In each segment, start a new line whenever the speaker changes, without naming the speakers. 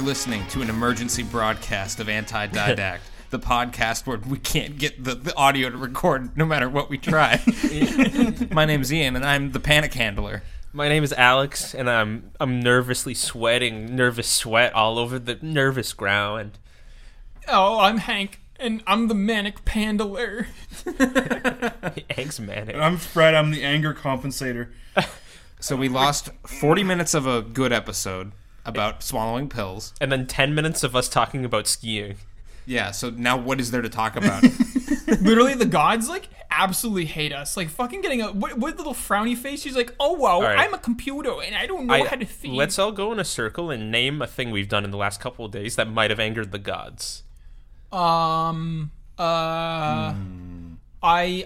listening to an emergency broadcast of Anti-Didact, the podcast where we can't get the, the audio to record no matter what we try. My name's Ian, and I'm the panic handler.
My name is Alex, and I'm I'm nervously sweating, nervous sweat all over the nervous ground.
Oh, I'm Hank, and I'm the manic pandler.
Eggs manic.
I'm Fred. I'm the anger compensator.
So we lost 40 minutes of a good episode about swallowing pills.
And then ten minutes of us talking about skiing.
Yeah, so now what is there to talk about?
Literally, the gods like absolutely hate us. Like fucking getting a what, what little frowny face. She's like, oh well,
right.
I'm a computer, and I don't know how to
I,
think.
let's all go in a circle and name a thing we've done in the last couple of days that might have angered the gods.
Um. Uh. I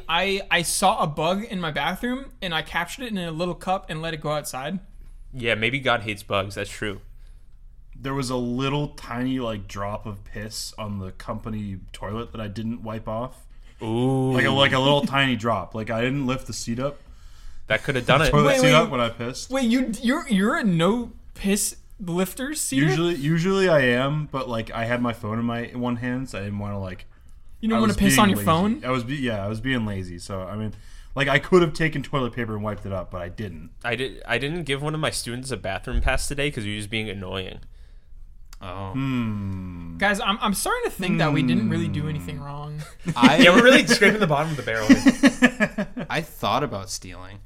I I saw a bug in my bathroom, and I captured it in a little cup and let it go outside.
Yeah, maybe God hates bugs. That's true.
There was a little tiny like drop of piss on the company toilet that I didn't wipe off.
Ooh,
Like a, like a little tiny drop. Like I didn't lift the seat up.
that could have done it.
Toilet
Wait,
seat
wait.
up when I pissed.
Wait, you you're you're a no piss lifter, Cedar?
Usually usually I am, but like I had my phone in my in one hand, so I didn't want to like.
you
I
don't want
was
to piss
being
on your
lazy.
phone.
I was be- yeah, I was being lazy. So I mean, like I could have taken toilet paper and wiped it up, but I didn't.
I did. I didn't give one of my students a bathroom pass today because he was being annoying.
Oh.
Guys, I'm I'm starting to think that we didn't really do anything wrong.
Hmm.
I,
Yeah, we're really scraping the bottom of the barrel.
I thought about stealing.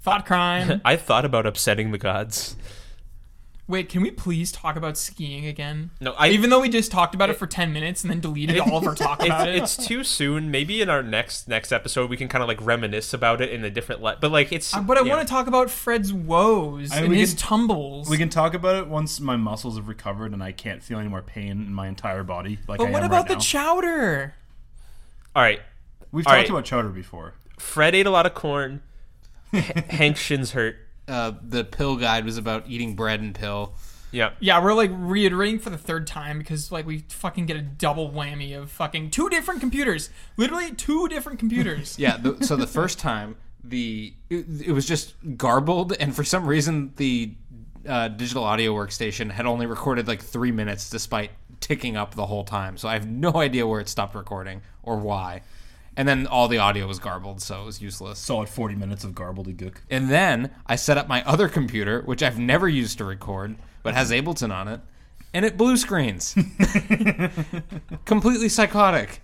Thought crime.
I thought about upsetting the gods.
Wait, can we please talk about skiing again?
No, I
Even though we just talked about it, for 10 minutes and then deleted all of our talk about it.
it's, it's too soon. Maybe in our next next episode we can kind of like reminisce about it in a different light. But like it's.
Uh, but I
yeah.
want to talk about Fred's woes
mean,
and
we
his
can-
tumbles.
We can talk about it once my muscles have recovered and I can't feel any more pain in my entire body. Like
but
I
what
am
about
right
the
now.
chowder?
All right,
We've
All
talked
right.
about chowder before.
Fred ate a lot of corn. H- Hank's shins hurt.
Uh, the pill guide was about eating bread and pill.
Yeah.
Yeah, we're like reiterating for the third time because like we fucking get a double whammy of fucking two different computers. Literally two different computers.
Yeah. The, so the first time, the it, it was just garbled, and for some reason, the uh, digital audio workstation had only recorded like three minutes, despite ticking up the whole time. So I have no idea where it stopped recording or why. And then all the audio was garbled, so it was useless.
Solid 40 minutes of gobbledygook.
And then I set up my other computer, which I've never used to record, but has Ableton on it, and it blue screens. Completely psychotic.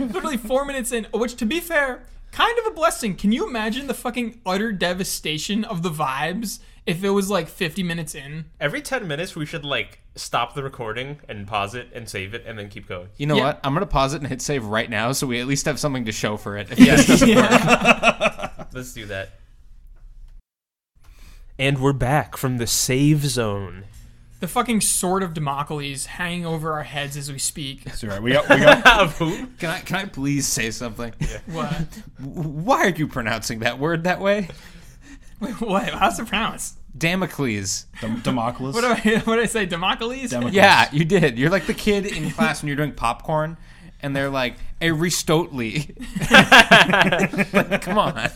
Literally four minutes in, which to be fair, kind of a blessing. Can you imagine the fucking utter devastation of the vibes if it was like 50 minutes in?
Every ten minutes we should like stop the recording and pause it and save it and then keep going.
You know
Yeah.
what? I'm gonna pause it and hit save right now, so we at least have something to show for it.
Let's do that. And we're back from the save zone.
the fucking sword of Democles hanging over our heads as we speak.
That's all right. We got, we got,
Of who?
Can I can I please say something?
What?
Why are you pronouncing that word that way?
Wait, what? How's it pronounced?
Damocles.
Dem- Democles.
What did I, what did I say? Democles?
Democles.
Yeah, you did. You're like the kid in class when you're doing popcorn, and they're like Aristotely. like, come on,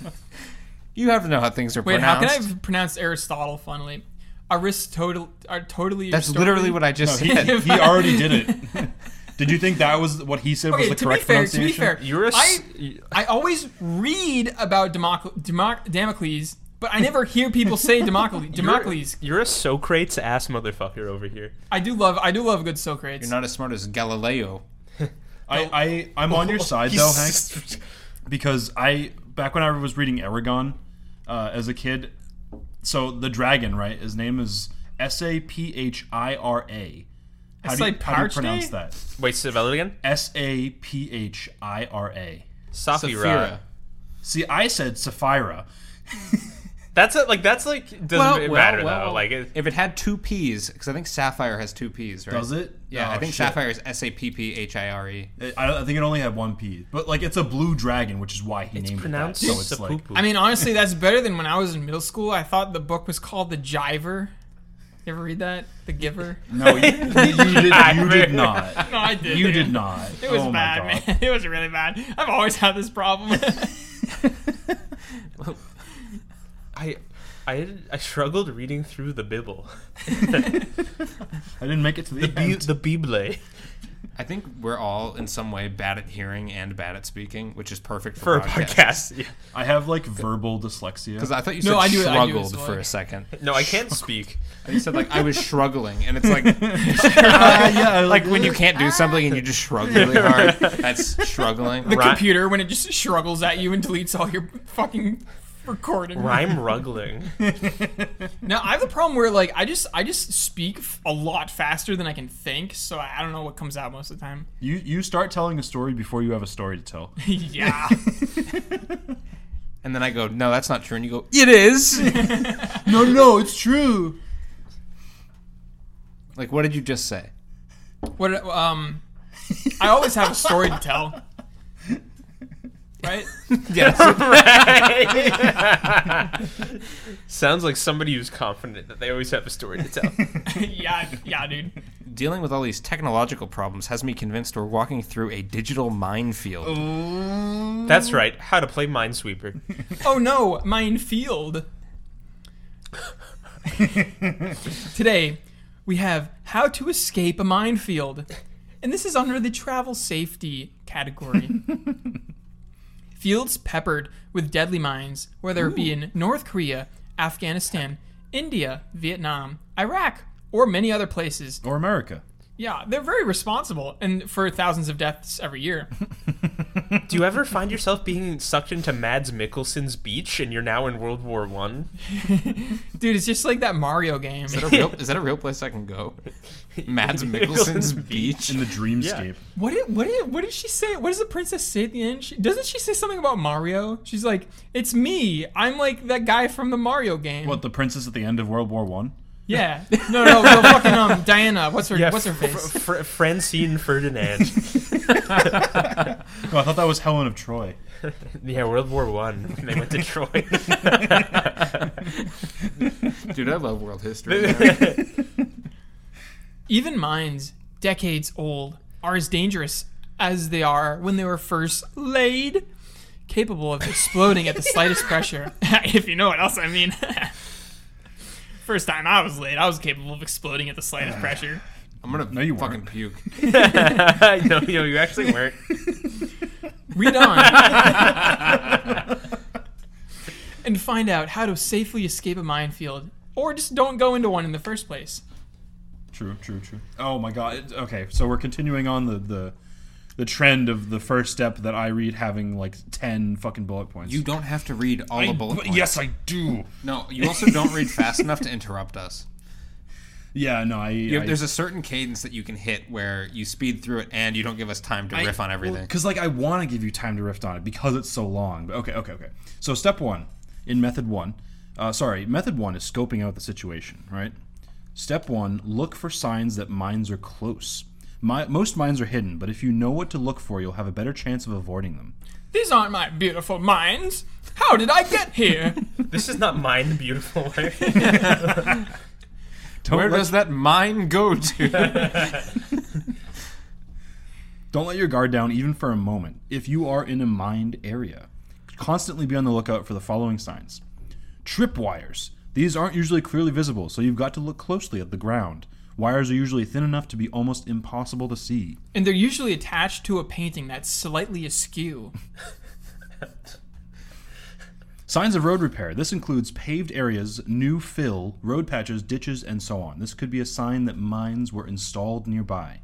you have to know how things are
Wait, how
pronounced.
can I have pronounced Aristotle funnily? Aristotle, are totally.
That's literally what I just
He,
said.
he already did it. Did you think that was what he said
Okay,
was the
to be
correct
fair, to be
pronunciation?
fair,
You're a
I
s- you-
I always read about Democ- Democ- Damocles, but I never hear people say Democles. Democles.
You're a Socrates ass motherfucker over here.
I do love I do love a good Socrates.
You're not as smart as Galileo.
I, I, I'm on your side though, Hank, because I back when I was reading Aragon uh, as a kid. So the dragon, right? His name is S A P H I R A. How
It's
do you,
like
how do you
Parche?
pronounce that?
Wait, spell it again.
S A P H I R A.
Saphira.
See, I said Sapphira.
That's it. Like that's like doesn't
Well,
it
well,
matter
well.
though. Like it,
If it had two P's, because I think Sapphire has two P's, right?
Does it?
Yeah,
Oh,
I think
shit.
Sapphire is S A P P H I R E.
I, I think it only had one P, but like it's a blue dragon, which is why he named
pronounced
it that. So it's like
Sapupu.
I mean, honestly, that's better than when I was in middle school. I thought the book was called The Giver. You ever read that? The Giver?
no, you, you did, you did not.
No, I did.
You did not.
It was
oh
bad,
my God.
man. It was really bad. I've always had this problem.
I I I struggled reading through the Bible,
I didn't make it to the,
the Bi-
end.
the Bible,
I think we're all in some way bad at hearing and bad at speaking, which is perfect for,
for a podcast. Yeah.
I have like verbal dyslexia.
Because I thought you said
No, I do- I do as
struggled
well.
for a second.
No, I can't speak.
You said like I was shruggling, and it's like
Ah, yeah,
like when you can't do something and you just shrug really hard. That's struggling.
The
Ri-
computer when it just struggles at you and deletes all your fucking recording.
Rhyme ruggling.
Now I have the problem where like I just I just speak f- a lot faster than I can think, so I I don't know what comes out most of the time.
you you start telling a story before you have a story to tell.
yeah.
And then I go, no, that's not true. And you go, it is.
no, no, it's true.
like, what did you just say?
What um I always have a story to tell. Right?
Yes.
Sounds like somebody who's confident that they always have a story to tell.
yeah, yeah, dude.
Dealing with all these technological problems has me convinced we're walking through a digital minefield.
That's right. How to play Minesweeper.
Oh no, minefield. Today, we have how to escape a minefield. And this is under the travel safety category. Fields peppered with deadly mines, whether it be in North Korea, Afghanistan, India, Vietnam, Iraq, or many other places.
Or America.
Yeah, they're very responsible and for thousands of deaths every year.
Do you ever find yourself being sucked into Mads Mikkelsen's beach and you're now in World War One?
Dude, it's just like that Mario game.
Is that, a real, is that a real place I can go? Mads Mikkelsen's beach.
In the dreamscape.
What did what did what did she say? What does the princess say at the end? She, doesn't she say something about Mario? She's like, "It's me. I'm like that guy from the Mario game."
What, the princess at the end of World War One?
Yeah. No, no, no. fucking um, Diana. What's her What's her face?
Fr- Fr- Francine Ferdinand.
Oh, I thought that was Helen of Troy.
yeah, World War One. when They went to Troy.
Dude, I love world history. man.
Even mines, decades old, are as dangerous as they are when they were first laid, capable of exploding at the slightest pressure. if you know what else I mean. First time I was laid, I was capable of exploding at the slightest pressure.
I'm gonna
No, you
fucking
weren't.
puke.
no, you know, you actually weren't.
Read on. and find out how to safely escape a minefield, or just don't go into one in the first place.
True, true, true. Oh my god. It- Okay, so we're continuing on the, the the trend of the first step that I read having like ten fucking bullet points.
You don't have to read all
I-
the bullet points.
Yes, I do.
No, you also don't read fast enough to interrupt us.
Yeah, no, I.
You- there's a certain cadence that you can hit where you speed through it and you don't give us time to riff on everything.
Because like I want to give you time to riff on it because it's so long. But okay, okay, okay. So step one in method one, uh, sorry, method one is scoping out the situation. Right. Step one: look for signs that mines are close. My, most mines are hidden, but if you know what to look for, you'll have a better chance of avoiding them.
These aren't my beautiful mines. How did I get here?
This is not mine, beautiful.
Don't
Where
let,
does that mine go to?
don't let your guard down even for a moment. If you are in a mined area, constantly be on the lookout for the following signs: tripwires. These aren't usually clearly visible, so you've got to look closely at the ground. Wires are usually thin enough to be almost impossible to see.
and they're usually attached to a painting that's slightly askew.
Signs of road repair. This includes paved areas, new fill, road patches, ditches, and so on. This could be a sign that mines were installed nearby.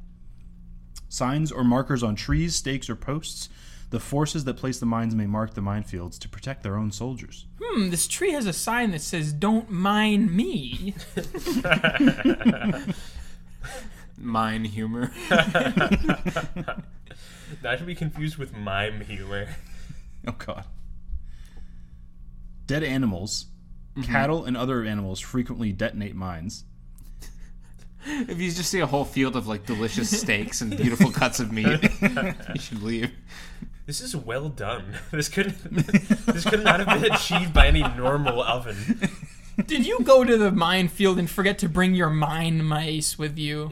Signs or markers on trees, stakes, or posts. The forces that place the mines may mark the minefields to protect their own soldiers.
Hmm, this tree has a sign that says, Don't mind me.
mine humor.
Not to be confused with mime humor.
Oh god. Dead animals,
Mm-hmm.
cattle, and other animals frequently detonate mines.
If you just see a whole field of like delicious steaks and beautiful cuts of meat, you should leave.
This is well done. This could this could not have been achieved by any normal oven.
Did you go to the minefield and forget to bring your mine mice with you?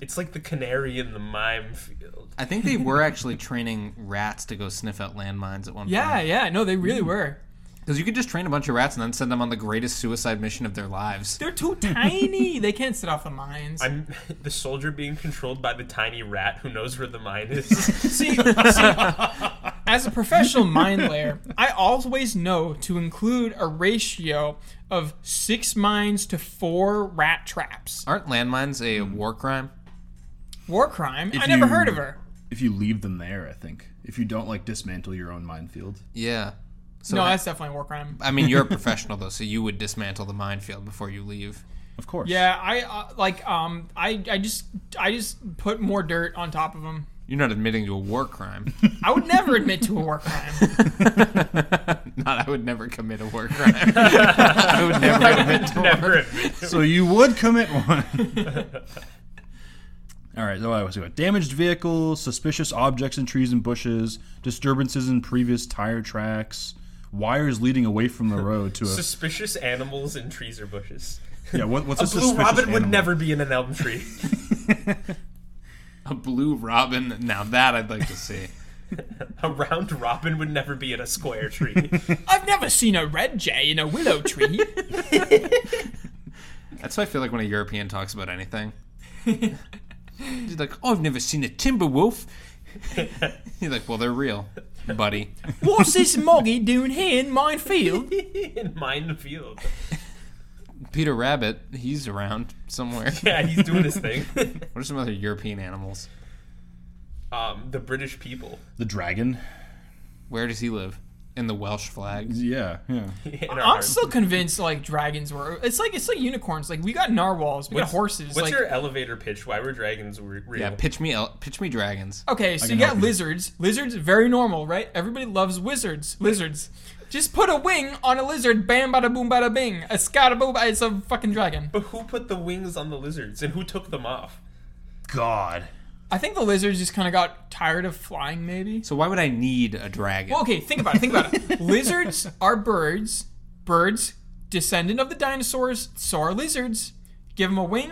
It's like the canary in the mime field.
I think they were actually training rats to go sniff out landmines at one
Yeah,
point.
yeah, no, they really were.
Because you could just train a bunch of rats and then send them on the greatest suicide mission of their lives.
They're too tiny. they can't sit off the mines.
I'm the soldier being controlled by the tiny rat who knows where the mine is.
See, see, as a professional mind layer, I always know to include a ratio of six mines to four rat traps.
Aren't landmines a war crime?
War crime? I
If
never
you-
heard of her.
If you leave them there, I think. If you don't like dismantle your own minefield.
Yeah. So
No,
I,
that's definitely a war crime.
I mean, you're a professional though, so you would dismantle the minefield before you leave.
Of course.
Yeah, I uh, like um, I I just I just put more dirt on top of them.
You're not admitting to a war crime.
I would never admit to a war crime.
not I would never commit a war crime. I would never admit to war.
Never admit.
So you would commit one. All right, so I was going damaged vehicles, suspicious objects in trees and bushes, disturbances in previous tire tracks, wires leading away from the road to a
Suspicious animals in trees or bushes.
yeah. What, what's a,
Blue
suspicious
Robin would
animal?
never be in an elm tree.
A blue robin. Now that I'd like to see.
a round robin would never be in a square tree.
I've never seen a red jay in a willow tree.
That's why I feel like when a European talks about anything. He's like, oh, I've never seen a timber wolf. He's like, well, they're real, buddy.
What's this moggy doing here in my field?
in minefield.
Peter Rabbit, he's around somewhere.
Yeah, he's doing his thing.
What are some other European animals?
Um, the British people
The dragon.
Where does he live? In the Welsh flag.
Yeah, yeah.
in our
I'm
hearts.
still convinced like dragons were. It's like it's like unicorns. Like we got narwhals, we got horses.
What's
like
your elevator pitch? Why were dragons re- real?
Yeah, pitch me, el- pitch me dragons.
okay, so
can
you got
help you.
lizards. Lizards very normal, right? Everybody loves wizards. Lizards. Just put a wing on a lizard. Bam, bada boom, bada bing. A scada boom. It's a fucking dragon.
but who put the wings on the lizards and who took them off?
God.
I think the lizards just kind of got tired of flying, maybe.
So why would I need a dragon?
Well, okay, think about it. Think about it. lizards are birds. Birds, descendant of the dinosaurs. So are lizards. Give them a wing.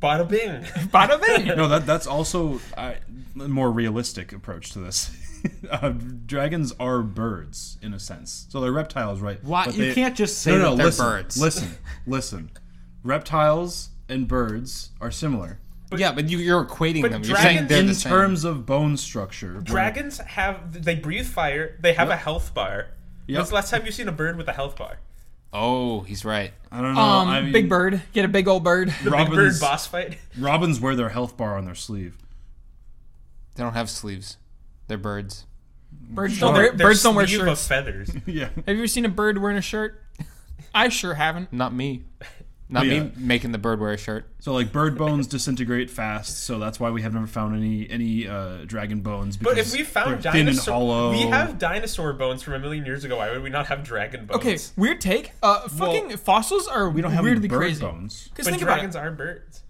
Bada bing.
Bada bing.
No, that that's also I- a more realistic approach to this. uh, dragons are birds in a sense, so they're reptiles, right?
Why-
But
you
they-
can't just say that they're
listen,
birds.
Listen, listen. Reptiles and birds are similar
yeah, but you, you're equating them. You're
dragons-
saying they're
in
the same.
terms of bone structure. where-
Dragons have they breathe fire. They have a health bar.
Yep.
When's the last time you've seen a bird with a health bar?
oh, he's right.
I don't know.
Um,
I mean,
big bird. Get a big old bird.
Big bird
Robins,
boss fight.
robins wear their health bar on their sleeve.
They don't have sleeves. They're birds.
Birds don't, wear,
Their
birds don't wear
sleeve
shirts.
of feathers.
yeah.
Have you ever seen a bird wearing a shirt? I sure haven't.
Not me. Not
Yeah.
me making the bird wear a shirt.
So like bird bones disintegrate fast, so that's why we have never found any any uh, dragon bones.
But
because
if we
they're
found
thin and
dinosaur,
hollow,
we have dinosaur bones from a million years ago. Why would we not have dragon bones?
Okay, weird take. Uh, fucking fossils are
we don't have
weirdly
any bird
crazy.
bones.
Because
but
think about
dragons
it.
are birds.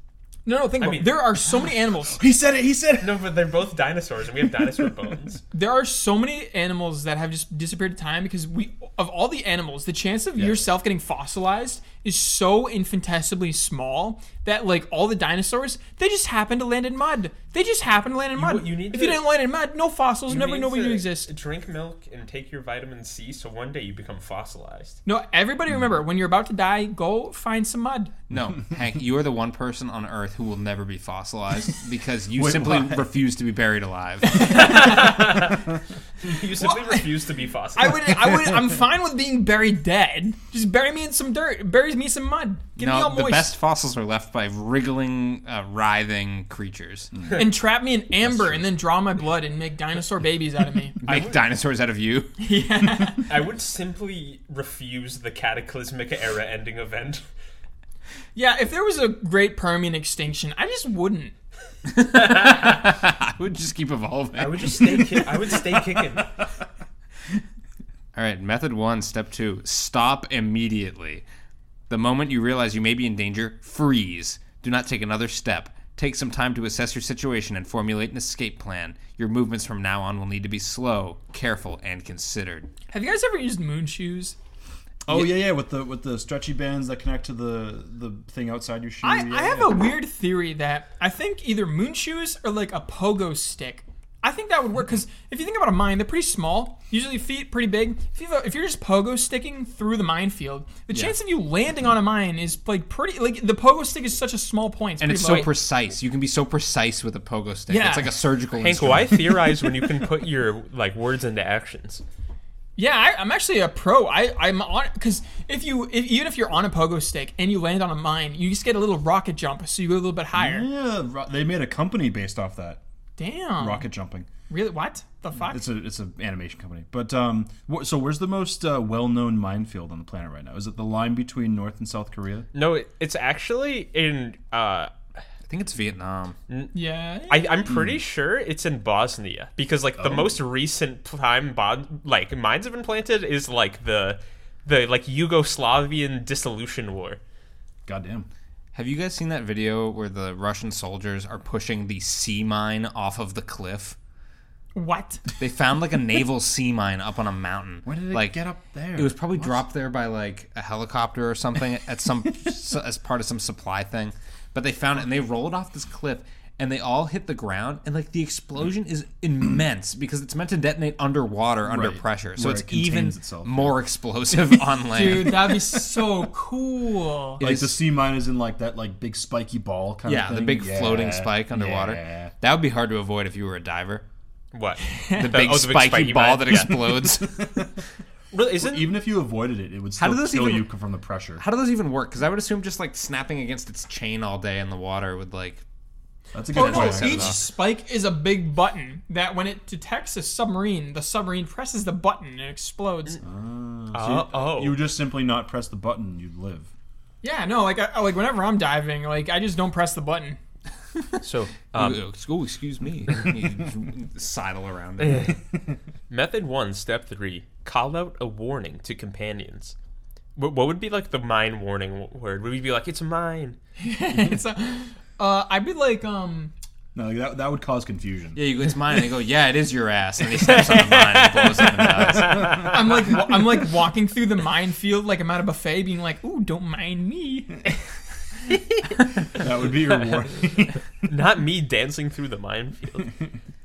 No, no, think about
mean-
it. There are so many animals.
He said it. He said it.
No, but they're both dinosaurs, and we have dinosaur bones.
There are so many animals that have just disappeared to time because we, of all the animals, the chance of yourself getting fossilized is so infinitesimally small that like all the dinosaurs, they just happen to land in mud. They just happen to land in mud.
you need
if
to-
you didn't land in mud, no fossils. never
need
know you
to
exist.
Drink milk and take your vitamin C, so one day you become fossilized.
No, everybody
Hmm.
remember when you're about to die, go find some mud.
No, Hank, you are the one person on Earth who will never be fossilized because you
Wait,
simply
why?
refuse to be buried alive.
You simply refuse to be fossilized.
I would, I would, I'm fine with being buried dead. Just bury me in some dirt. Bury me in some mud. Get me all
no, the
moist.
best fossils are left by wriggling, uh, writhing creatures.
And trap me in amber, and then draw my blood and make dinosaur babies out of me.
Make dinosaurs out of you.
I would simply refuse the cataclysmic era ending event.
yeah, if there was a great Permian extinction, I just wouldn't.
I would just keep evolving.
I would just stay. Ki- I would stay kicking.
All right, method one, step two stop immediately. The moment you realize you may be in danger, freeze. Do not take another step. Take some time to assess your situation and formulate an escape plan. Your movements from now on will need to be slow, careful, and considered.
Have you guys ever used moon shoes?
Oh yeah, yeah, with the with the stretchy bands that connect to the the thing outside your shoe.
I,
yeah,
I have
yeah.
a weird theory that I think either moon shoes or like a pogo stick. I think that would work because if you think about a mine, they're pretty small, usually feet pretty big. If you if you're just pogo sticking through the minefield, the chance of you landing on a mine is like pretty like the pogo stick is such a small point,
and
pretty
it's
low.
so precise. You can be so precise with a pogo stick.
Yeah.
It's like a surgical
Hank,
instrument.
why theorize when you can put your like words into actions?
Yeah, I, I'm actually a pro. I, I'm on because if you if, even if you're on a pogo stick and you land on a mine, you just get a little rocket jump, so you go a little bit higher.
Yeah, ro- they made a company based off that
Damn,
rocket jumping.
really? What the fuck?
It's a it's an animation company. But um, wh- so where's the most uh, well known minefield on the planet right now? Is it the line between North and South Korea?
No, it, it's actually in. Uh,
I think it's Vietnam.
yeah,
I, I'm pretty sure it's in Bosnia because like the most recent time bon- like mines have been planted is like the the like Yugoslavian dissolution war.
Goddamn.
Have you guys seen that video where the Russian soldiers are pushing the sea mine off of the cliff?
what?
They found like a naval sea mine up on a mountain.
Where did it
like,
get up there?
It was probably dropped there by like a helicopter or something at some s- as part of some supply thing. But they found it and they rolled off this cliff and they all hit the ground and like the explosion is immense because it's meant to detonate underwater under
Right.
pressure. So
Where
it's
it contains
even
itself.
more explosive on land.
Dude, that'd be so cool.
like the
is-
sea mine is in like that like big spiky ball kind
yeah,
of
the
thing.
big floating
Yeah,
spike underwater.
yeah.
That would be hard to avoid if you were a diver.
What
The big,
oh, the
spiky, ball
mine.
that
Yeah.
explodes.
Really, isn't
Even if you avoided it, it would
How
still
do those
kill
even-
you from the pressure.
How do those even work? Because I would assume just like snapping against its chain all day in the water would like.
That's a
Oh
good
no!
point.
Each spike is a big button that when it detects a submarine, the submarine presses the button and it explodes.
Mm.
oh, oh.
You would just simply not press the button, you'd live.
Yeah, no, like I, like whenever I'm diving, like I just don't press the button.
so um,
Ooh, oh, excuse me. You sidle around. it.
Method one, step three: call out a warning to companions. What, what would be like the mine warning w- word? Would we be like, "It's a mine"?
Mm.
it's a, uh, I'd be like, um,
No, like, that, that would cause confusion.
Yeah, you go, it's mine. And they go, yeah, it is your ass. And he steps on the mine and blows up and dies.
I'm like, wa- I'm like walking through the minefield like I'm at a buffet, being like, "Ooh, don't mind me."
That would be your warning.
Not me dancing through the minefield.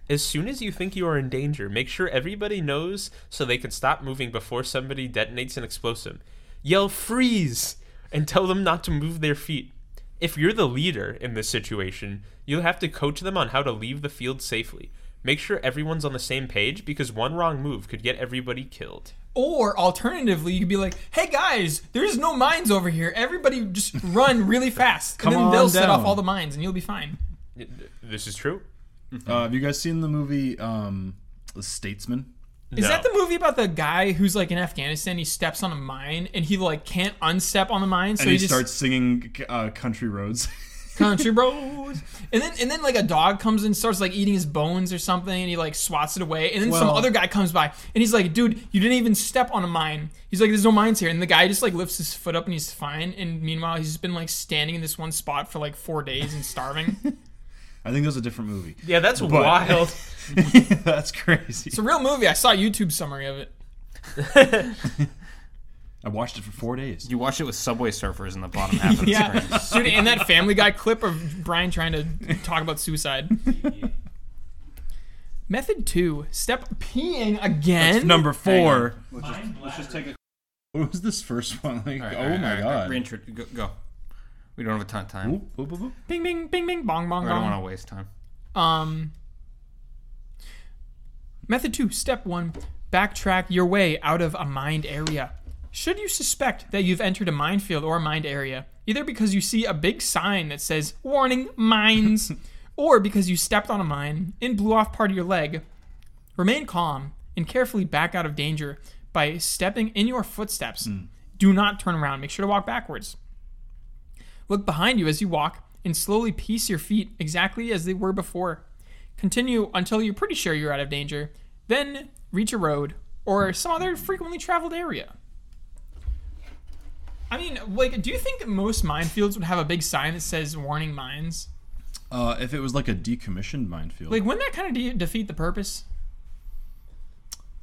As soon as you think you are in danger, make sure everybody knows so they can stop moving before somebody detonates an explosive. Yell freeze and tell them not to move their feet. If you're the leader in this situation, you'll have to coach them on how to leave the field safely. Make sure everyone's on the same page because one wrong move could get everybody killed.
Or alternatively, you could be like, "Hey guys, there's no mines over here. Everybody just run really fast,
Come
and then
on
they'll set off
down."
all the mines, and you'll be fine."
This is true?
Uh, have you guys seen the movie um, The Statesman?
Is
No.
that the movie about the guy who's like in Afghanistan? He steps on a mine and he like can't unstep on the mine, so
And he,
just
starts singing uh, "Country Roads."
country bros. And then and then like a dog comes and starts like eating his bones or something, and he like swats it away. And then some
Well-
other guy comes by and he's like, "Dude, you didn't even step on a mine." He's like, "There's no mines here." And the guy just like lifts his foot up and he's fine. And meanwhile, he's just been like standing in this one spot for like four days and starving.
I think that was a different movie.
Yeah, that's wild.
That's crazy.
it's a real movie. I saw a YouTube summary of it.
I watched it for four days.
You watch it with Subway Surfers in the bottom half of the
Yeah,
screen.
dude, and that Family Guy clip of Brian trying to talk about suicide. Method two: step peeing again.
Number four.
Hang on. Let's just take a.
What was this first one? Like,
All right,
oh
all right, all
my
right,
god.
Reintrodu- go, go. We don't have a ton of time.
Oop, oop, oop, oop.
Bing, bing, bing, bing, bong, bong,
I don't
bong.
want to waste time.
Um, method two, step one backtrack your way out of a mined area. Should you suspect that you've entered a minefield or a mined area, either because you see a big sign that says, Warning, mines, or because you stepped on a mine and blew off part of your leg, remain calm and carefully back out of danger by stepping in your footsteps. Do not turn around. Make sure to walk backwards. Look behind you as you walk and slowly piece your feet exactly as they were before. Continue until you're pretty sure you're out of danger, then reach a road or some other frequently traveled area. I mean, like, do you think most minefields would have a big sign that says warning mines?
Uh, if it was like a decommissioned minefield.
Like, wouldn't that kind of de- defeat the purpose?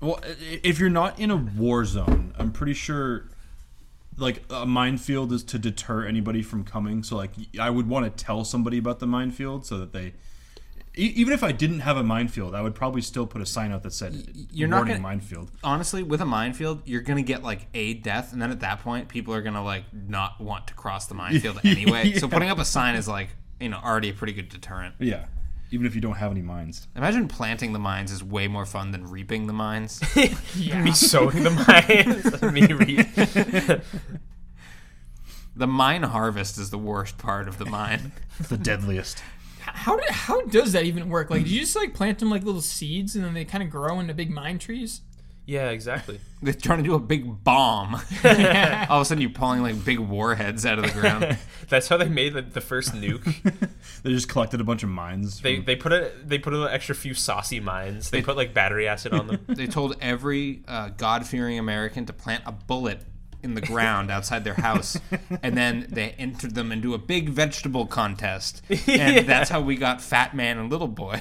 Well, i- i- if you're not in a war zone, I'm pretty sure like a minefield is to deter anybody from coming. So like y- I would want to tell somebody about the minefield so that they e- even if I didn't have a minefield, I would probably still put a sign out that said
you're not
"Warning
gonna-
minefield."
honestly, with a minefield, you're gonna get like a death, and then at that point, people are gonna like not want to cross the minefield anyway. So putting up a sign is like you know already a pretty good deterrent.
Yeah, even if you don't have any mines.
Imagine planting the mines is way more fun than reaping the mines.
Me sowing the mines. me read.
the mine harvest is the worst part of the mine.
The deadliest.
How did, how does that even work? Like, do you just like plant them like little seeds and then they kind of grow into big mine trees?
yeah, exactly.
They turn into a big bomb. All of a sudden, you're pulling like big warheads out of the ground.
That's how they made the, the first nuke.
They just collected a bunch of mines.
They
from-
they put a they put an extra few saucy mines. They put like battery acid on them.
They told every uh, God-fearing American to plant a bullet in the ground outside their house, and then they entered them into a big vegetable contest, and that's how we got Fat Man and Little Boy.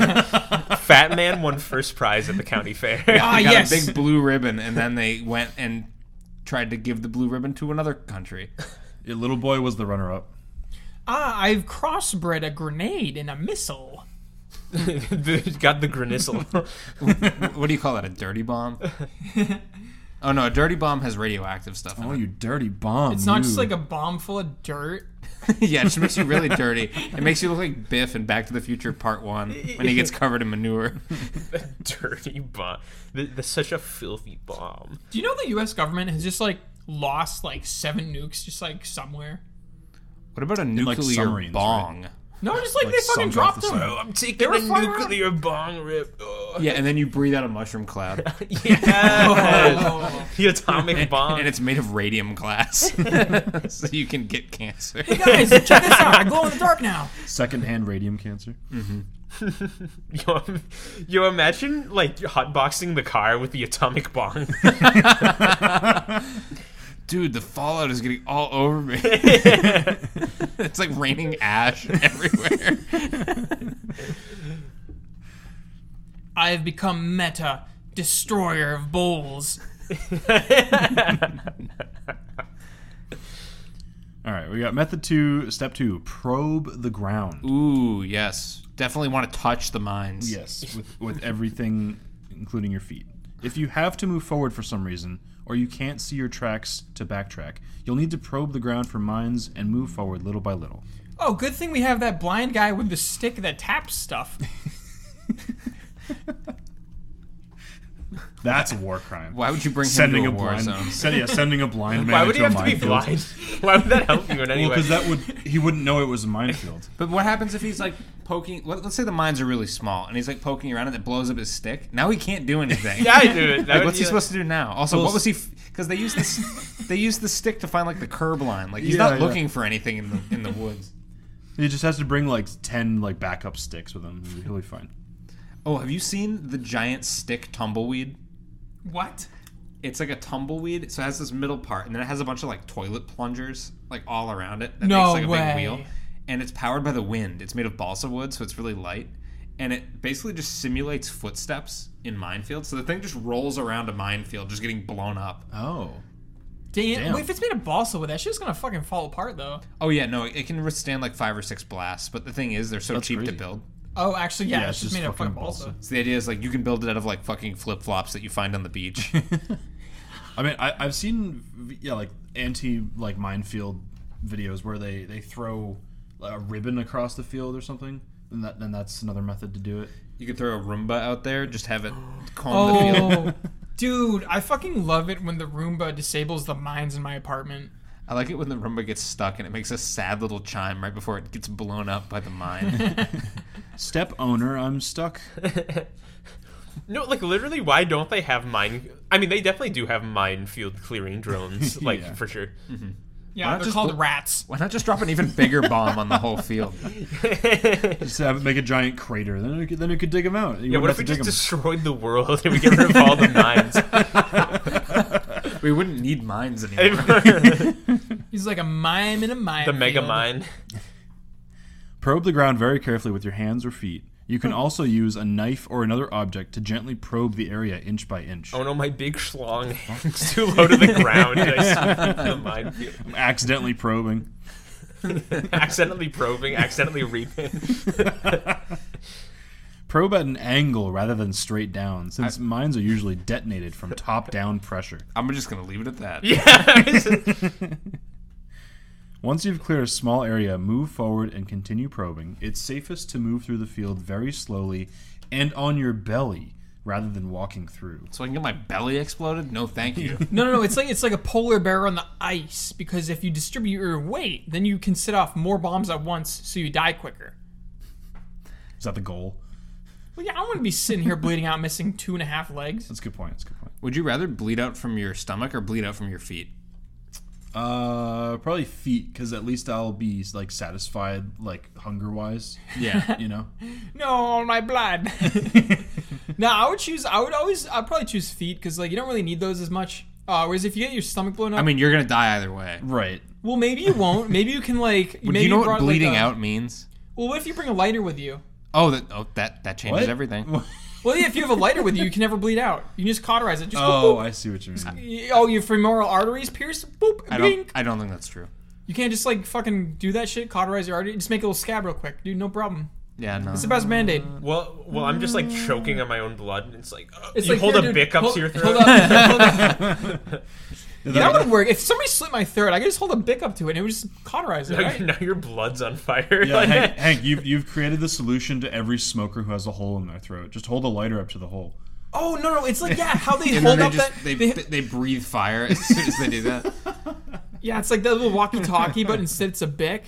Fat man won first prize at the county fair.
Ah,
They got
yes.
a big blue ribbon, and then they went and tried to give the blue ribbon to another country.
Yeah, little boy was the runner-up.
ah, I've crossbred a grenade and a missile.
Got the grenissel.
What do you call that? A dirty bomb? Oh no, a dirty bomb has radioactive stuff. In
Oh,
it.
you dirty bomb!
It's not just like a bomb full of dirt.
yeah, it just makes you really dirty. It makes you look like Biff in Back to the Future Part One when he gets covered in manure.
Dirty bomb. Th- That's such a filthy bomb.
Do you know the U.S. government has just like lost like seven nukes just like somewhere?
What about a nuclear
submarines,
bong?
No, just like, they fucking
sunk
dropped
off the
them.
side.
Oh, I'm taking
They were
a
firing-
nuclear bomb rip. Ugh.
Yeah, and then you breathe out a mushroom cloud,
Yes.
Oh.
the atomic bomb.
and it's made of radium glass, so you can get cancer.
Guys, check this out. I glow in the dark now.
second-hand radium cancer.
Yo, im- yo, imagine like hotboxing the car with the atomic bomb.
Dude, the fallout is getting all over me. it's like raining ash everywhere.
I have become Meta, destroyer of bowls.
All right, we got method two, step two: probe the ground.
Ooh, yes, definitely want to touch the mines.
Yes, with, with everything, including your feet. If you have to move forward for some reason, or you can't see your tracks to backtrack, you'll need to probe the ground for mines and move forward little by little.
Oh, good thing we have that blind guy with the stick that taps stuff.
That's a war crime.
Why would you bring him
Sending
to
a,
a, war
blind,
zone?
send- yeah, sending a blind man.
Why would
into
you
a
have to be
minefield.
blind? Why would that help you in any
Well,
way?
because that would he wouldn't know it was a minefield.
But what happens if he's like poking? let- Let's say the mines are really small, and he's like poking around, and it blows up his stick. Now he can't do anything.
yeah, I do it. That
Like,
would
what's he
be like-
supposed to do now? Also,
Well,
what was he? Because they used this, they used the stick to find like the curb line. Like he's
Yeah,
not
yeah.
looking for anything in the in the woods.
He just has to bring like ten like backup sticks with him. He'll be fine.
Oh, have you seen the giant stick tumbleweed?
What?
It's like a tumbleweed, so it has this middle part, and then it has a bunch of like toilet plungers like all around it. That makes
No
like a
way.
big wheel. And it's powered by the wind. It's made of balsa wood, so it's really light. And it basically just simulates footsteps in minefields. So the thing just rolls around a minefield, just getting blown up.
Oh,
Damn.
Damn.
Wait, if it's made of balsa wood, that shit's gonna fucking fall apart though.
Oh yeah, no, it can withstand like five or six blasts. But the thing is, they're so cheap
crazy.
to build.
Oh, actually, yeah,
Yeah,
it's, just,
it's just
made of
fucking
fucking balsa.
balsa.
So the idea is like you can build it out of like fucking flip flops that you find on the beach.
I mean, I, I've seen v- yeah, like anti like minefield videos where they they throw like, a ribbon across the field or something. And that then that's another method to do it.
you could throw a Roomba out there, just have it calm the field.
Oh, dude, I fucking love it when the Roomba disables the mines in my apartment.
I like it when the Roomba gets stuck and it makes a sad little chime right before it gets blown up by the mine.
Step owner, I'm stuck.
No, like literally, why don't they have mine? I mean, they definitely do have minefield clearing drones, like
Yeah.
for sure.
Yeah,
not
they're
just
called
bl-
rats.
Why not just drop an even bigger bomb on the whole field?
Just have it make a giant crater. Then it could, then it could dig them out. You
Yeah, what
wouldn't
if we
have to
just
dig 'em.
destroyed the world and we get rid of all the mines?
We wouldn't need mines anymore.
the
He's like a mime in a mine.
mega
field.
mine.
probe the ground very carefully with your hands or feet? You can also use a knife or another object to gently probe the area inch by inch.
Oh no, my big schlong hangs too low to the ground. And I slipped into the minefield.
I'm accidentally probing.
accidentally probing, accidentally reaping.
probe at an angle rather than straight down, since mines are usually detonated from top down pressure.
I'm just gonna leave it at that.
Yeah.
Once you've cleared a small area, move forward and continue probing. It's safest to move through the field very slowly and on your belly rather than walking through.
So I can get my belly exploded? No, thank you.
No, no, no. It's like it's like a polar bear on the ice because if you distribute your weight, then you can set off more bombs at once, so you die quicker.
Is that the goal?
Well, yeah, I want to be sitting here bleeding out, missing two and a half legs.
That's a good point. That's a good point.
Would you rather bleed out from your stomach or bleed out from your feet?
Uh, probably feet, because at least I'll be like satisfied, like hunger wise.
Yeah.
You know,
No, all my blood. no, I would choose. I would always. I'd probably choose feet because like you don't really need those as much. Uh, whereas if you get your stomach blown up,
I mean, you're gonna die either way.
right?
well, maybe you won't. Maybe you can like.
Do
Maybe
you know what
brought, like,
bleeding
a-
out means?
Well, what if you bring a lighter with you?
Oh, that oh, that that changes
What?
everything.
Well, yeah, if you have a lighter with you, you can never bleed out. You can just cauterize it. Just
oh,
go
I see what you mean.
boop. Oh, your femoral arteries pierced. Boop.
I don't.
blink.
I don't think that's true.
You can't just like fucking do that shit. Cauterize your artery. Just make a little scab real quick, dude. No problem.
Yeah. No.
It's the best band aid.
well, well, I'm just like choking on my own blood, and it's like uh,
It's
you
like,
hold
here,
a
dude,
bic up
hold-
to your throat.
hold up, hold up.
Yeah,
That would work. If somebody slit my throat, I could just hold a bic up to it and it would just cauterize it,
Now,
right?
now your blood's on fire.
Yeah,
Like,
Hank, Hank, you've you've created the solution to every smoker who has a hole in their throat. Just hold a lighter up to the hole.
Oh no, no, it's like yeah, how they
and then
hold
they
up
just
that.
they,
they-
they breathe fire as soon as they do that.
yeah, it's like that little walkie-talkie, but instead it's a bic.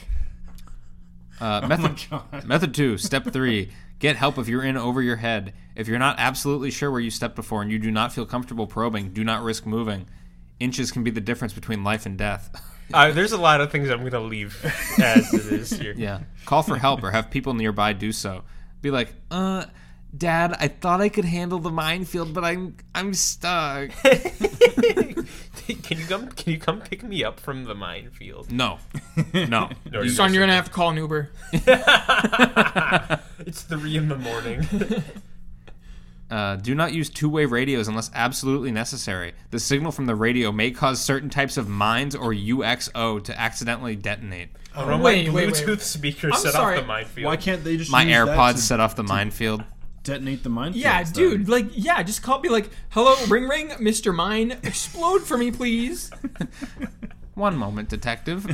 Uh, method
God.
method two, step three: get help if you're in over your head. If you're not absolutely sure where you stepped before and you do not feel comfortable probing, do not risk moving. Inches can be the difference between life and death.
uh, there's a lot of things I'm gonna leave as it is here.
Yeah. Call for help or have people nearby do so. Be like, uh, Dad, I thought I could handle the minefield, but I'm I'm stuck.
can you come? Can you come pick me up from the minefield?
No. No.
Or is
Son,
it-
you're gonna have to call an Uber.
It's three in the morning.
Uh, do not use two way radios unless absolutely necessary. The signal from the radio may cause certain types of mines or UXO to accidentally detonate.
Or my
Wait,
Bluetooth
wait, wait.
speaker
I'm
set
sorry.
off the minefield.
Why can't they just
My
use that
AirPods
to
set off the minefield.
detonate the minefield?
Yeah, dude, like yeah, just call me like, hello, ring ring, Mr. Mine, explode for me, please.
One moment, detective.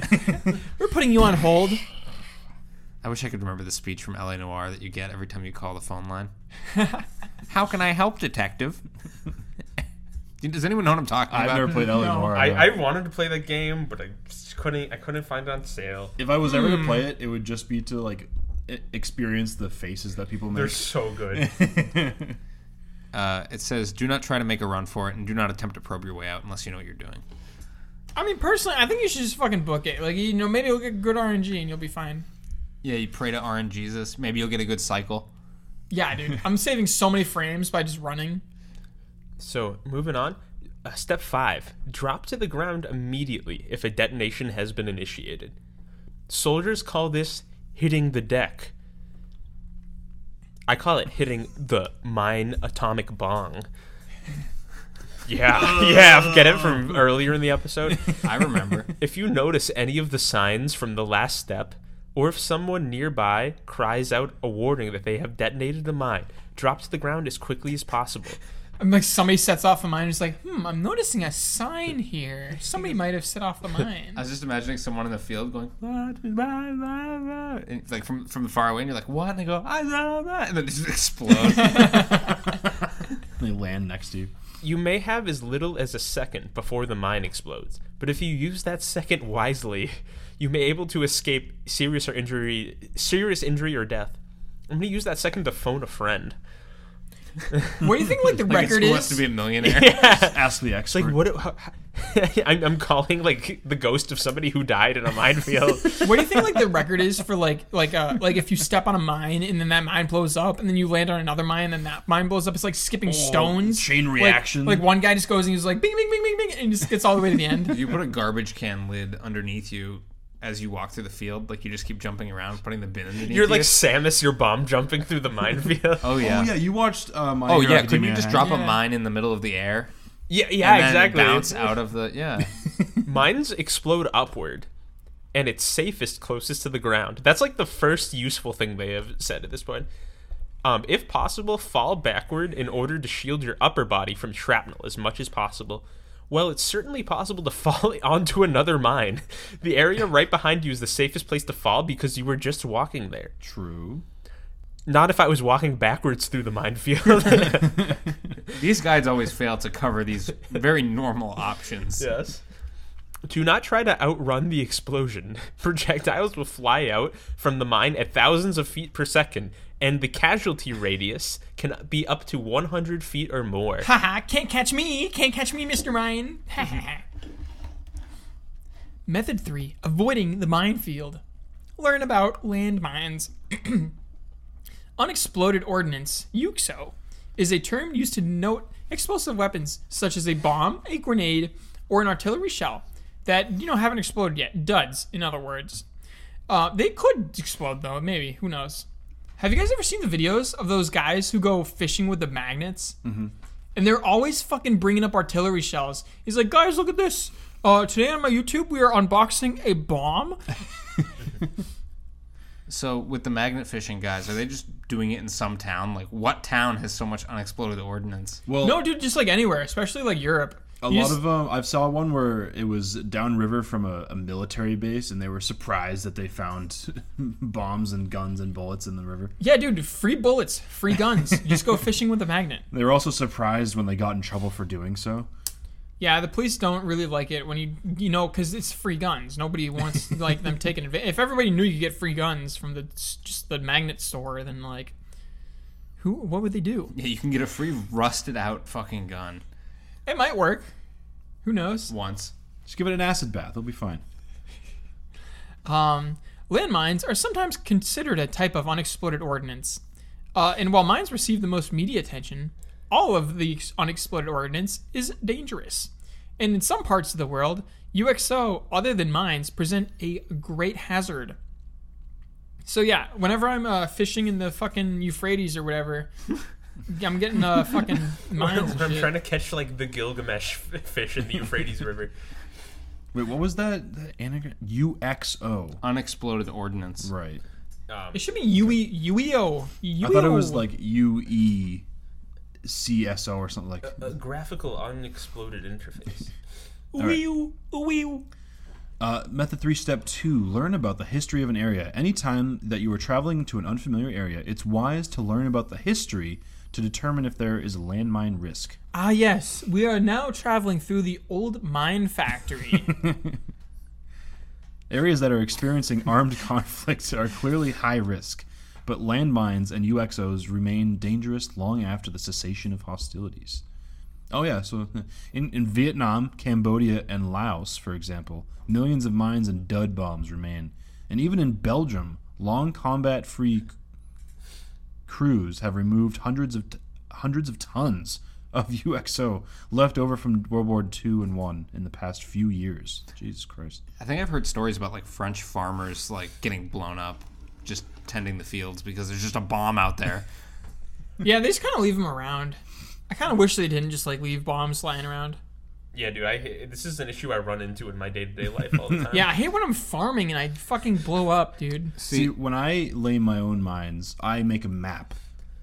We're putting you on hold.
I wish I could remember the speech from LA Noir that you get every time you call the phone line. How can I help, detective? Does anyone know what I'm talking
I've
about?
never played Ellie Noir.
I,
though.
I wanted to play the game, but I just couldn't. I couldn't find it on sale.
if I was ever to play it, it would just be to like e- experience the faces that people
They're
make.
so good.
Uh, it says, "Do not try to make a run for it, and do not attempt to probe your way out unless you know what you're doing."
I mean, personally, I think you should just fucking book it. Like, you know, maybe you'll get good RNG and you'll be fine.
Yeah, you pray to RNGesus. Maybe you'll get a good cycle.
Yeah, dude, I'm saving so many frames by just running.
So moving on. Uh, step five: drop to the ground immediately if a detonation has been initiated. Soldiers call this hitting the deck. I call it hitting the mine atomic bong. Yeah, yeah, get it from earlier in the episode.
I remember.
If you notice any of the signs from the last step, or if someone nearby cries out a warning that they have detonated a mine, drop to the ground as quickly as possible.
I'm like, somebody sets off a mine. It's like, hmm, I'm noticing a sign here. Somebody might have set off the mine.
I was just imagining someone in the field going, "What? Blah, blah, blah," and it's like from from far away, and you're like, "What?" And they go, "I blah, blah," and then it just explodes.
They land next to you.
You may have as little as a second before the mine explodes, but if you use that second wisely, you may able to escape serious or injury, serious injury or death. I'm gonna use that second to phone a friend.
what do you think, like, the
like
record
it's cool
is?
to be a millionaire.
Ask the expert.
Like what? How, I'm, I'm calling like the ghost of somebody who died in a minefield.
what do you think, like, the record is for, like, like, uh, like if you step on a mine and then that mine blows up and then you land on another mine and then that mine blows up? It's like
Oh,
skipping stones.
chain
Like-
reaction.
Like, one guy just goes and he's like, bing, bing, bing, bing, bing, and just gets all the way to the end.
you put a garbage can lid underneath you as you walk through the field. Like you just keep jumping around, putting the bin underneath.
You're like
you.
Samus, you're bomb jumping through the minefield.
oh yeah.
Oh yeah, you watched. Uh, My
Oh
Hero
yeah, couldn't you
Academia,
just
Hank?
drop
Yeah.
a mine in the middle of the air?
yeah, yeah,
and then
exactly.
Bounce out of the yeah.
Mines explode upward, and it's safest closest to the ground. That's like the first useful thing they have said at this point. Um, if possible, fall backward in order to shield your upper body from shrapnel as much as possible. Well, it's certainly possible to fall onto another mine. The area right behind you is the safest place to fall because you were just walking there.
True.
Not if I was walking backwards through the minefield.
These guides always fail to cover these very normal options.
Yes. Do not try to outrun the explosion. Projectiles will fly out from the mine at thousands of feet per second, and the casualty radius can be up to 100 feet or more.
Haha, can't catch me. Can't catch me, Mr. Ryan. Haha. Method 3 Avoiding the minefield. Learn about landmines. Unexploded ordnance, UXO, is a term used to note explosive weapons such as a bomb, a grenade, or an artillery shell that, you know, haven't exploded yet. Duds, in other words. Uh, they could explode, though, maybe. Who knows? Have you guys ever seen the videos of those guys who go fishing with the magnets? and they're always fucking bringing up artillery shells. He's like, guys, look at this. Uh, today on my YouTube, we are unboxing a bomb.
So with the magnet fishing guys, are they just doing it in some town? Like what town has so much unexploded ordnance?
Well,
No, dude, just like anywhere, especially like Europe.
Oh. a lot of um, I've saw one where it was downriver from a, a military base, and they were surprised that they found bombs and guns and bullets in the river.
yeah, dude, free bullets, free guns. You just go fishing with a magnet.
They were also surprised when they got in trouble for doing so.
Yeah, the police don't really like it when you you know because it's free guns. Nobody wants like them taking advantage. If everybody knew you could get free guns from the just the magnet store, then like, who? What would they do?
Yeah, you can get a free rusted out fucking gun
It might work. Who knows?
once.
Just give it an acid bath; it'll be fine.
Um, landmines are sometimes considered a type of unexploded ordnance. Uh, and while mines receive the most media attention, all of the ex- unexploded ordnance is dangerous. And in some parts of the world, UXO, other than mines, present a great hazard. So yeah, whenever I'm uh, fishing in the fucking Euphrates or whatever, I'm getting uh, fucking mines. and
I'm
Oh, shit.
trying to catch like the Gilgamesh f- fish in the Euphrates River.
Wait, what was that? That anagram? UXO.
Unexploded ordnance.
Right.
Um,
It should be E, UE UEO.
I thought it was like U E C S O or something like.
A graphical unexploded interface.
E UEO UEO.
Uh, method three, step two: learn about the history of an area. Anytime that you are traveling to an unfamiliar area, it's wise to learn about the history to determine if there is a landmine risk.
Ah, yes, we are now traveling through the old mine factory.
Areas that are experiencing armed conflicts are clearly high risk, but landmines and UXOs remain dangerous long after the cessation of hostilities. Oh, yeah, so in, in Vietnam, Cambodia, and Laos, for example, millions of mines and dud bombs remain. And even in Belgium, long combat free crews have removed hundreds of, t- hundreds of tons of UXO left over from World War II and One in the past few years. Jesus Christ.
I think I've heard stories about like French farmers like getting blown up just tending the fields because there's just a bomb out there.
yeah, they just kind of leave them around. I kind of wish they didn't just like leave bombs lying around.
Yeah, dude, I this is an issue I run into in my day to day life all the time.
Yeah, I hate when I'm farming and I fucking blow up, dude.
See, when I lay my own mines, I make a map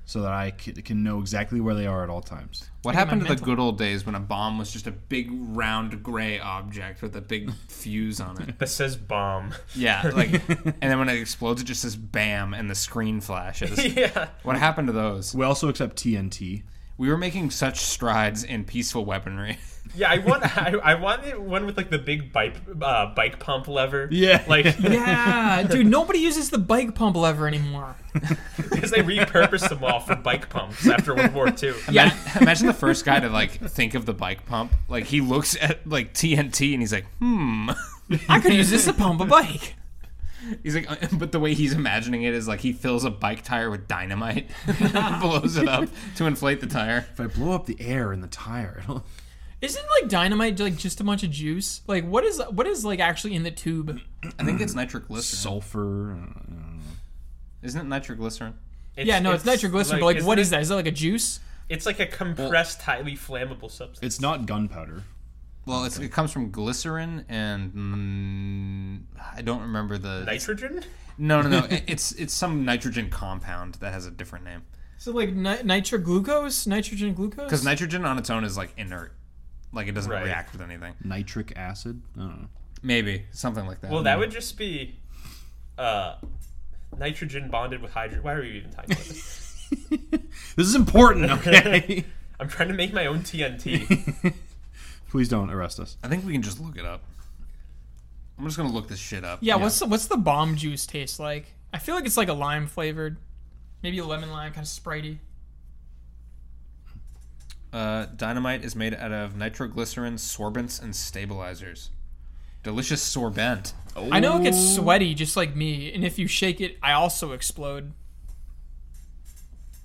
so that I c- can know exactly where they are at all times.
What
Like a
happened to the
memento.
good old days when a bomb was just a big round gray object with a big fuse on it?
That says bomb.
Yeah, like and then when it explodes it just says bam and the screen flashes.
yeah.
What happened to those?
We also accept TNT.
We were making such strides in peaceful weaponry.
Yeah, I want I, I want it- one with like the big bike uh, bike pump lever.
Yeah.
Like
Yeah, dude, nobody uses the bike pump lever anymore.
because they repurposed them all for bike pumps after World War II.
Yeah.
Imagine, imagine the first guy to like think of the bike pump. Like he looks at like TNT and he's like, hmm.
I could use this to pump a bike.
He's like, uh, but the way he's imagining it is like he fills a bike tire with dynamite, and blows it up to inflate the tire.
If I blow up the air in the tire, it'll.
Isn't like dynamite like just a bunch of juice? Like what is what is like actually in the tube?
I think it's nitroglycerin.
Sulfur. uh,
Isn't it nitroglycerin?
Yeah, no, it's, nitroglycerin, but like
isn't
what
it-
is that? Is that like a juice?
It's like a compressed, highly flammable substance.
It's not gunpowder.
Well, it's, it comes from glycerin and mm, I don't remember the
Nitrogen?
No, no, no. it- it's it's some nitrogen compound that has a different name.
Is it like ni- nitroglucose? Nitrogen glucose?
Because nitrogen on its own is like inert. Like it doesn't
Right.
react with anything.
Nitric acid. I don't know.
Maybe. Something like that.
Well, that would just be uh, nitrogen bonded with hydrogen. Why are we even talking about this?
This is important. Okay.
I'm trying to make my own TNT.
Please don't arrest us.
I think we can just look it up. I'm just gonna look this shit up.
yeah, what's the, what's the bomb juice taste like? I feel like it's like a lime flavored, maybe a lemon lime kind of spritey.
Uh, dynamite is made out of nitroglycerin, sorbents, and stabilizers. Delicious sorbent.
I know it gets sweaty just like me, and if you shake it, I also explode.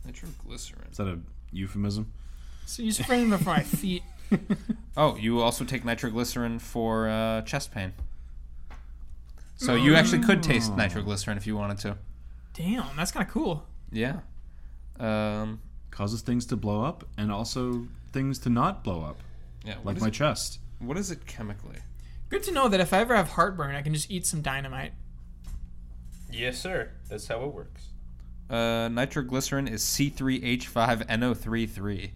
Nitroglycerin.
Is that a euphemism?
So you spraying them for my feet.
Oh, you also take nitroglycerin for uh, chest pain. So you actually could taste
Mm.
nitroglycerin if you wanted to.
Damn, that's kind of cool.
Yeah. Um,
Causes things to blow up and also things to not blow up,
yeah. What
like
is,
my
it,
chest.
what is it chemically?
Good to know that if I ever have heartburn, I can just eat some dynamite.
yes, sir. That's how it works.
Uh, nitroglycerin is C3H5NO33.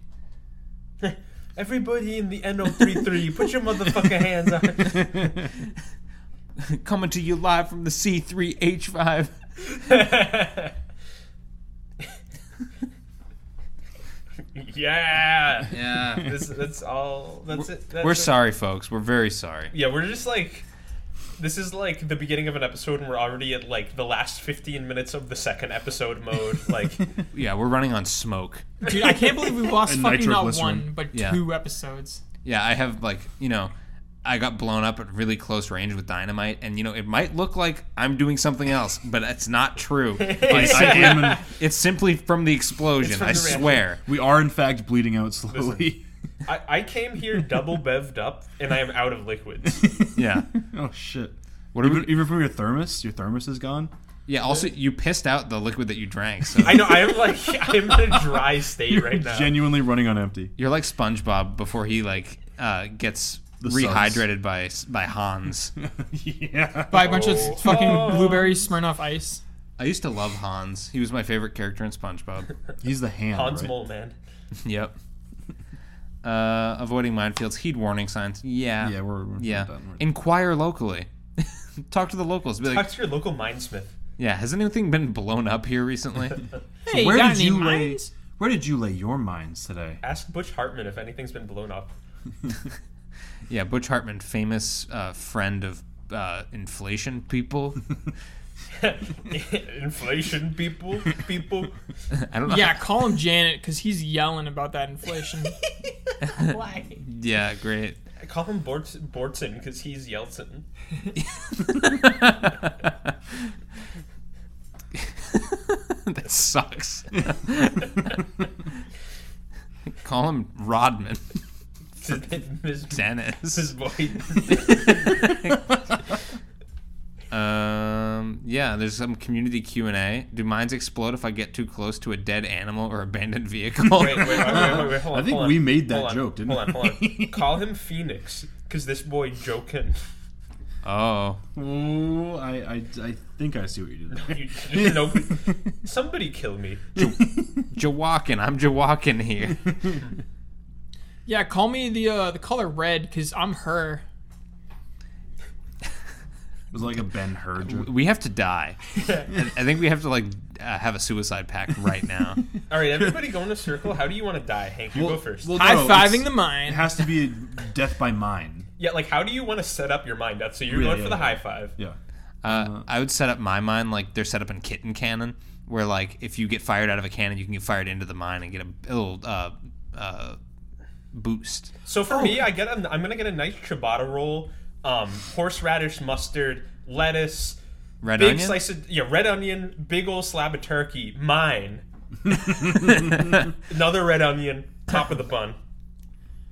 Everybody in the NO33, put your motherfucking hands on.
Coming to you live from the C3H5.
yeah.
Yeah.
This, that's all. That's it. That's
We're
it.
sorry, folks. We're very sorry.
Yeah, we're just like. This is like the beginning of an episode, and we're already at like the last 15 minutes of the second episode mode. Like,
Yeah, we're running on smoke.
Dude, I can't believe we lost
And
fucking not
nitroglycerin.
one, but
Yeah.
two episodes.
Yeah, I have like you know, I got blown up at really close range with dynamite, and you know it might look like I'm doing something else, but it's not true. It's,
I am. In,
it's simply from the explosion.
from
I
the reaction.
swear.
we are in fact bleeding out slowly.
I, I came here double bevved up, and I am out of liquids.
Yeah.
oh shit.
What are
Even,
we,
even from your thermos, your thermos is gone.
yeah. Also, you pissed out the liquid that you drank, so
I know, I am like, I am in a dry state right now.
Genuinely running on empty.
you're like SpongeBob before he like uh, gets
The subs.
rehydrated by by Hans.
yeah.
Buy a bunch
Oh.
of fucking blueberry Smirnoff ice.
I used to love Hans. He was my favorite character in SpongeBob.
He's the hand.
Hans
right?
Mole Man.
Yep. Uh, avoiding minefields, heed warning signs. Yeah.
Yeah, we're, we're
Yeah.
done. We're-
Inquire locally. Talk to the locals. Be like,
Talk to your local minesmith.
yeah, has anything been blown up here recently?
Hey,
where
you got
did
any
you lay?
mines?
Where did you lay your mines today?
Ask Butch Hartman if anything's been blown up.
yeah, Butch Hartman, famous uh, friend of uh, inflation people.
Inflation, people, people.
I don't know.
Yeah, call him Janet because he's yelling about that inflation.
Why?
Yeah, great.
I call him Borts- Bortson because he's Yeltsin.
that sucks. Call him Rodman.
Ms.
Dennis.
Mrs. Boyd.
Um, yeah, there's some community Q and A. Do mines explode if I get too close to a dead animal or abandoned vehicle?
Wait, wait, wait, wait, wait, wait, hold on.
I think
hold on,
we made that
hold on,
joke, didn't
hold on,
we?
hold on. Call him Phoenix, because this boy joking.
Oh,
Oh, I, I, I think I see what you did.
You, you know, somebody kill me.
Jawakin. I'm Jawakin here.
yeah, call me the uh, the color red because I'm her.
It was like a Ben Hur joke.
We have to die. I I think we have to like uh, have a suicide pact right now.
All right, everybody go in a circle. How do you want to die, Hank? You go first.
High fiving
it's-
the
It
mine.
has to be a death by mine.
yeah, like how do you want to set up your mind up? So you're
Yeah,
going
yeah,
for the
yeah.
high five.
Yeah.
Uh, I would set up my mine like they're set up in Kitten Cannon, where like if you get fired out of a cannon, you can get fired into the mine and get a little uh, uh, boost.
So
Oh.
for me, I get a, I'm gonna get a nice ciabatta roll, um, horseradish mustard, lettuce,
Red
big
onion.
slice of yeah, red onion, big old slab of turkey, mine. Another red onion, top of the bun.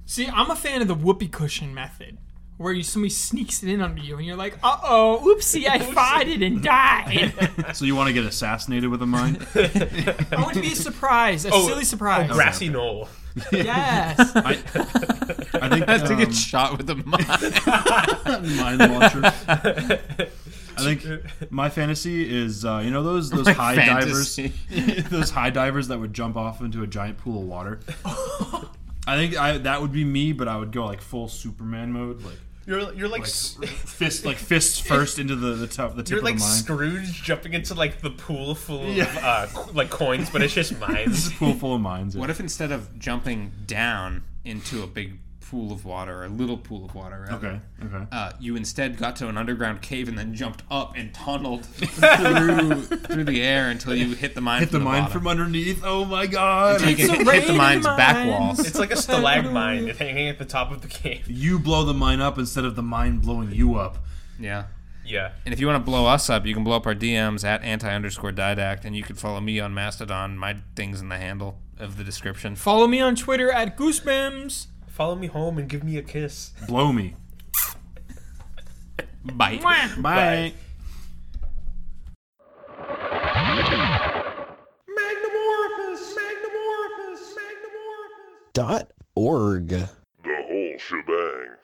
See, I'm a fan of the whoopee cushion method, where you somebody sneaks it in under you and you're like, uh oh, oopsie, I farted and died.
So you want to get assassinated with a mine?
I want to be a surprise, a silly surprise.
Grassy knoll.
yes.
I, I think
Has to get
um,
shot with a mine.
mine launcher. I
I think my fantasy is uh, you know those those
My
high
fantasy.
divers, those high divers that would jump off into a giant pool of water. I think I, that would be me, but I would go like full Superman mode, like
You're you're like s-
fist like fists first into the the top the tip
you're
of
like
the mine.
Scrooge jumping into like the pool full
Yeah.
of uh, co- like coins, but it's just mines.
This is pool full of mines. yeah.
What if instead of jumping down into a big pool of water, a little pool of water, rather,
Okay. Okay.
uh, you instead got to an underground cave and then jumped up and tunneled through through the air until you hit the mine
Hit the
from
mine
bottom.
from underneath. Oh my god.
So you
It's
can
a
hit the
rain
mine's
mines.
back wall.
It's like a stalagmite hanging at the top of the cave.
You blow the mine up instead of the mine blowing you up.
Yeah.
Yeah.
And if you want to blow us up, you can blow up our DMs at anti underscore didact, and you can follow me on Mastodon. My thing's in the handle of the description.
Follow me on Twitter at Goosebims.
Follow me home and give me a kiss.
Blow me.
Bye.
Bye.
dot org.
The whole shebang.